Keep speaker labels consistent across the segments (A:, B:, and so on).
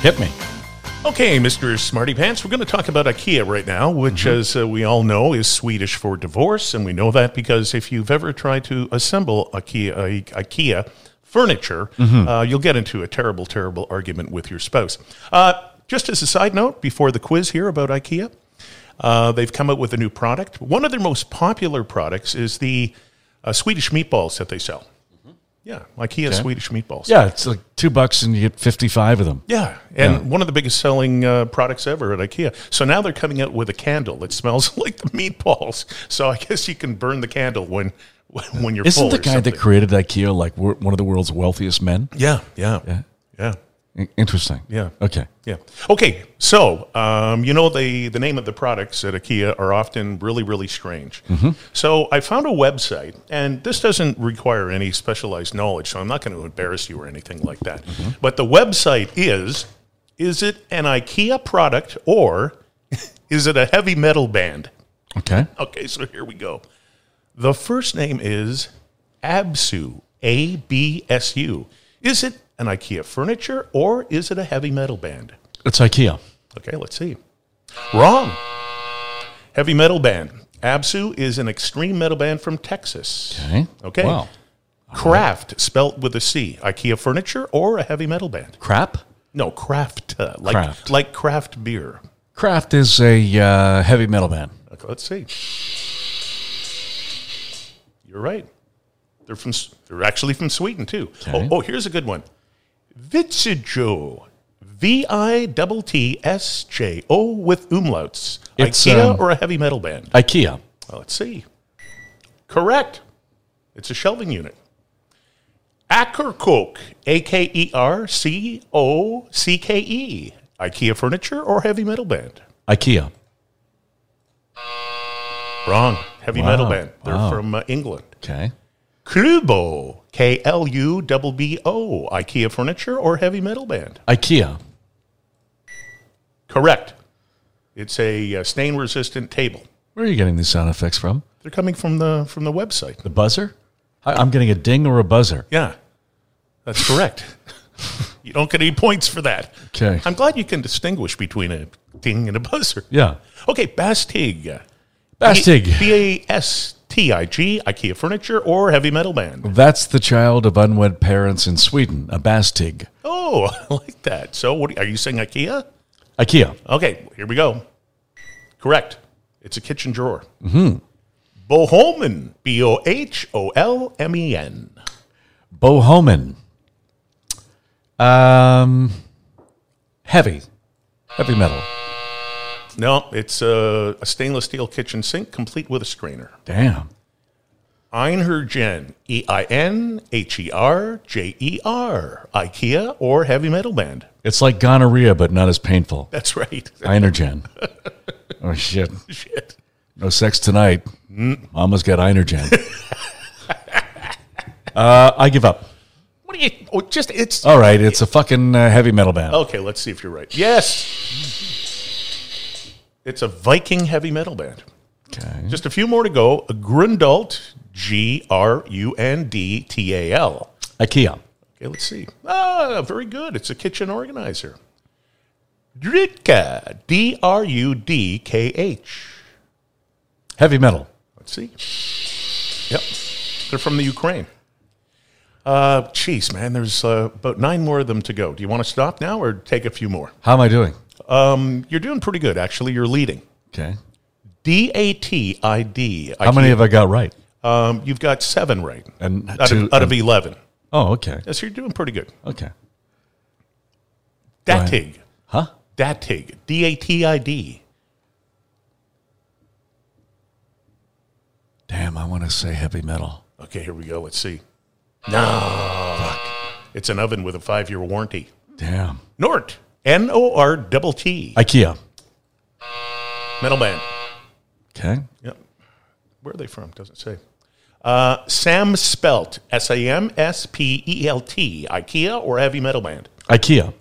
A: Hit me.
B: Okay, Mr. Smarty Pants, we're going to talk about IKEA right now, which,
A: Mm-hmm.
B: as uh, we all know, is Swedish for divorce. And we know that because if you've ever tried to assemble IKEA, I- IKEA furniture,
A: Mm-hmm.
B: uh, you'll get into a terrible, terrible argument with your spouse. Uh, just as a side note, before the quiz here about IKEA, uh, they've come out with a new product. One of their most popular products is the uh, Swedish meatballs that they sell.
A: Mm-hmm.
B: Yeah, IKEA Swedish meatballs.
A: Yeah, it's like two bucks and you get 55 of them.
B: Yeah, and one of the biggest selling uh, products ever at IKEA. So now they're coming out with a candle that smells like the meatballs. So I guess you can burn the candle when when you're
A: Isn't
B: full
A: the
B: or
A: guy that
B: something.
A: created IKEA like wor- one of the world's wealthiest men?
B: yeah, yeah, yeah, yeah,
A: I- Interesting.
B: Yeah.
A: Okay.
B: yeah. Okay, so um, you know the the name of the products at IKEA are often really really strange. So I found a website, and this doesn't require any specialized knowledge, so I'm not going to embarrass you or anything like that. But the website is: is it an IKEA product or is it a heavy metal band?
A: Okay.
B: Okay, so here we go. The first name is Absu, A B S U. Is it an IKEA furniture or is it a heavy metal band?
A: It's IKEA.
B: Okay, let's see. Wrong. Heavy metal band. Absu is an extreme metal band from Texas.
A: Okay.
B: Okay.
A: Wow.
B: Craft, spelt with a C. IKEA furniture or a heavy metal band?
A: Crap.
B: No, craft, uh, like
A: Kraft.
B: like craft beer.
A: Kraft is a uh, heavy metal band.
B: Okay, let's see. You're right. They're from. S- They're actually from Sweden too.
A: Okay.
B: Oh, oh, here's a good one. Vitsejo, V I T T S J O with umlauts.
A: It's,
B: IKEA
A: um,
B: or a heavy metal band?
A: IKEA.
B: Well, let's see. Oh, Correct. It's a shelving unit. Ackerkoke, A K E R C O C K E. IKEA furniture or heavy metal band?
A: IKEA.
B: Wrong. Heavy metal
A: Wow.
B: band. They're
A: Wow.
B: from uh, England.
A: Okay.
B: Klubo, K L U B B O, IKEA furniture or heavy metal band?
A: IKEA.
B: Correct. It's a uh, stain resistant table.
A: Where are you getting these sound effects from?
B: They're coming from the from the website.
A: The buzzer? I- I'm getting a ding or a buzzer.
B: Yeah. That's correct. you don't get any points for that.
A: Okay.
B: I'm glad you can distinguish between a ding and a buzzer.
A: Yeah.
B: Okay, Bastig.
A: Bastig.
B: B A S T I G, IKEA furniture or heavy metal band?
A: That's the child of unwed parents in Sweden, a Bastig.
B: Oh, I like that. So, what are you saying, IKEA?
A: IKEA.
B: Okay, here we go. Correct. It's a kitchen drawer. Mm-hmm. Boholmen, B O H O L M E N.
A: Bohoman. Um, heavy. Heavy metal.
B: No, it's a, a stainless steel kitchen sink complete with a strainer.
A: Damn.
B: Einherjen, E I N H E R J E R, IKEA or heavy metal band.
A: It's like gonorrhea, but not as painful.
B: That's right.
A: Einergen. oh, shit.
B: Shit.
A: No sex tonight. Mama's got Einergen. uh, I give up.
B: What do you? Oh, just it's
A: All right, it's a fucking uh, heavy metal band.
B: okay. Let's see if you're right. Yes, it's a Viking heavy metal band.
A: Okay.
B: Just a few more to go. Grundalt, G R U N D T A L.
A: IKEA.
B: Okay, let's see. Ah, very good. It's a kitchen organizer. Drudka, D R U D K H.
A: Heavy metal.
B: Let's see. Yep, they're from the Ukraine. Uh, jeez, man, there's uh, about nine more of them to go. Do you want to stop now or take a few more?
A: How am I doing?
B: Um, you're doing pretty good, actually. You're leading.
A: Okay.
B: D A T I D.
A: How many have I got right?
B: Um, you've got seven right
A: And
B: out,
A: two-
B: of, out of eleven.
A: Oh, okay.
B: Yes, you're doing pretty good.
A: Okay. ahead.
B: Datig.
A: Huh?
B: Datig. D A T I D.
A: Damn, I want to say heavy metal.
B: Okay, here we go. Let's see. No. It's an oven with a five year warranty.
A: Damn.
B: Nort. N O R double T.
A: IKEA.
B: Metal band.
A: Okay.
B: Yep. Where are they from? Doesn't say. Uh, Sam Spelt. S A M S P E L T. IKEA or heavy metal band?
A: IKEA.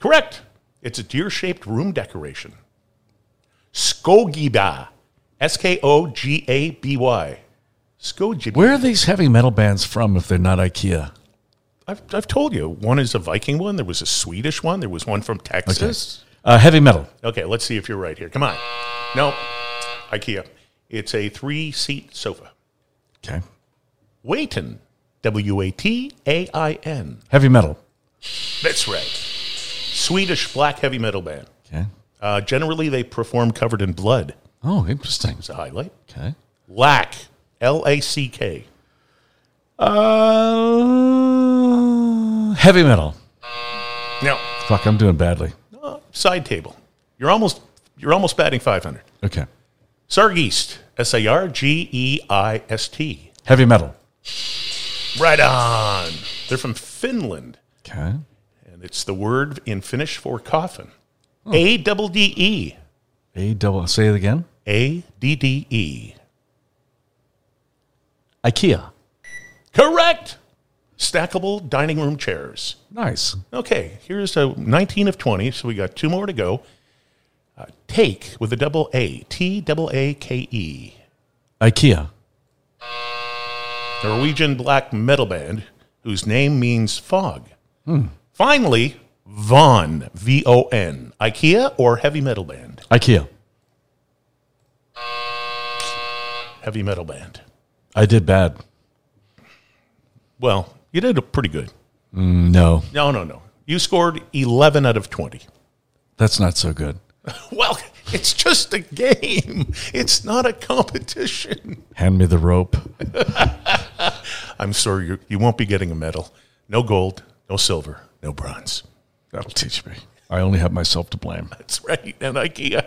B: Correct. It's a deer shaped room decoration. Skogida. S K O G A B Y. Skogida.
A: Where are these heavy metal bands from if they're not IKEA?
B: I've, I've told you. One is a Viking one. There was a Swedish one. There was one from Texas.
A: Uh, heavy metal.
B: Okay, let's see if you're right here. Come on. No, IKEA. It's a three seat sofa.
A: Okay.
B: Waitin. W A T A I N.
A: Heavy metal.
B: That's right. Swedish black heavy metal band.
A: Okay.
B: Uh, generally, they perform covered in blood.
A: Oh, interesting.
B: It's a highlight.
A: Okay.
B: Lack. L A C K.
A: Uh, heavy metal.
B: No.
A: Fuck, I'm doing badly.
B: Uh, side table. You're almost you're almost batting 500.
A: Okay.
B: Sargeist. S A R G E I S T.
A: Heavy metal.
B: Right on. They're from Finland.
A: Okay.
B: and it's the word in Finnish for coffin. A double D E.
A: A double. Say it again.
B: A D D E.
A: IKEA.
B: Correct. Stackable dining room chairs.
A: Nice.
B: Okay, here's a 19 of 20, so we got two more to go. Uh, take with a double A. T double A K E.
A: IKEA.
B: Norwegian black metal band whose name means fog. Finally, Von. V O N. IKEA or heavy metal band?
A: IKEA.
B: Heavy metal band.
A: I did bad.
B: Well, you did pretty good.
A: No,
B: No, no, no. You scored 11 out of 20.
A: that's not so good.
B: Well, it's just a game. It's not a competition.
A: Hand me the rope.
B: I'm sorry, you, you won't be getting a medal. No gold, no silver, no bronze.
A: That'll teach me. I only have myself to blame.
B: That's right, and IKEA.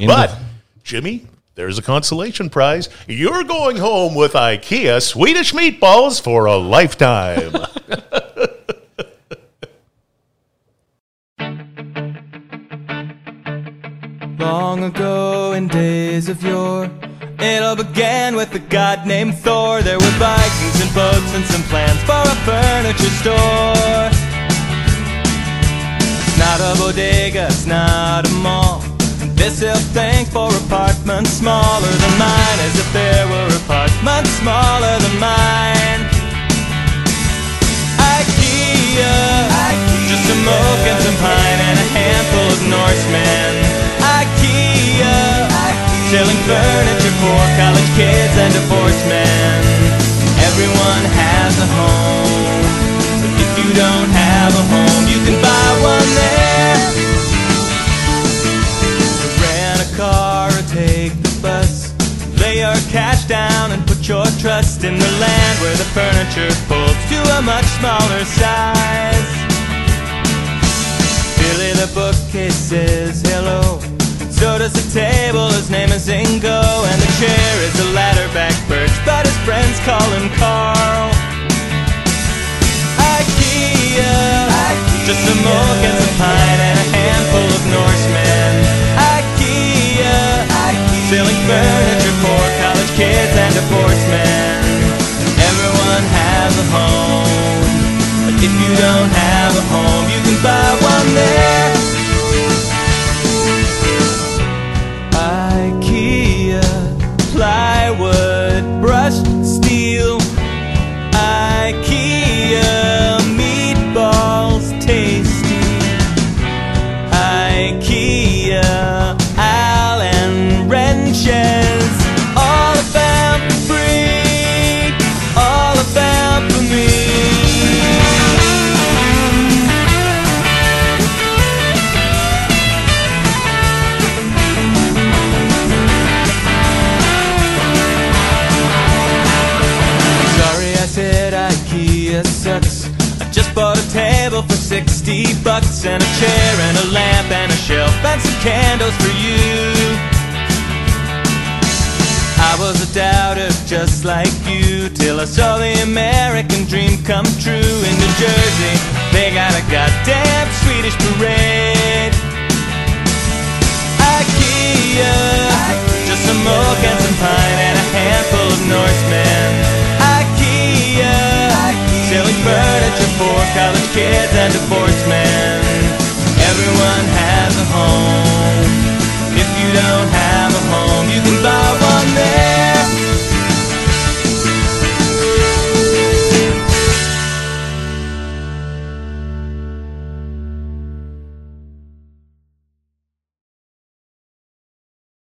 A: In
B: But,
A: the-
B: Jimmy, there's a consolation prize. You're going home with IKEA Swedish meatballs for a lifetime.
C: Long ago in days of yore, it all began with a god named Thor. There were Vikings and boats and some plans for a furniture store. Not a bodega, it's not a mall. This he'll thank for apartments smaller than mine, as if there were apartments smaller than mine. IKEA. Just a moke and some pine and a handful of Norsemen. IKEA. Selling furniture for college kids and divorced men. Everyone has a home. But if you don't have a home, you can buy one there. Rent a car or take the bus. Lay your cash down and put your trust in the land where the furniture folds to a much smaller size. Billy the bookcase says hello. So does the table, his name is Ingo. And the chair is a ladder back birch, but his friends call him Carl. IKEA. Just a mug and some pine and a handful of Norsemen. IKEA. Selling furniture for college kids and divorced men. Everyone has a home. But if you don't have a home, you can buy one there. IKEA. Plywood, brushed steel. IKEA meatballs tasty. IKEA Allen wrenches. All about the freak. All about the me. Sorry, I said IKEA sucks. I just bought a table for 60 bucks and a chair and a lamp and a shelf and some candles for you. I was a doubter just like you till I saw the American dream come true in New Jersey. They got a goddamn Swedish parade. IKEA. Just some oak and some pine and a handful of Norsemen. IKEA. Selling furniture for college kids and divorced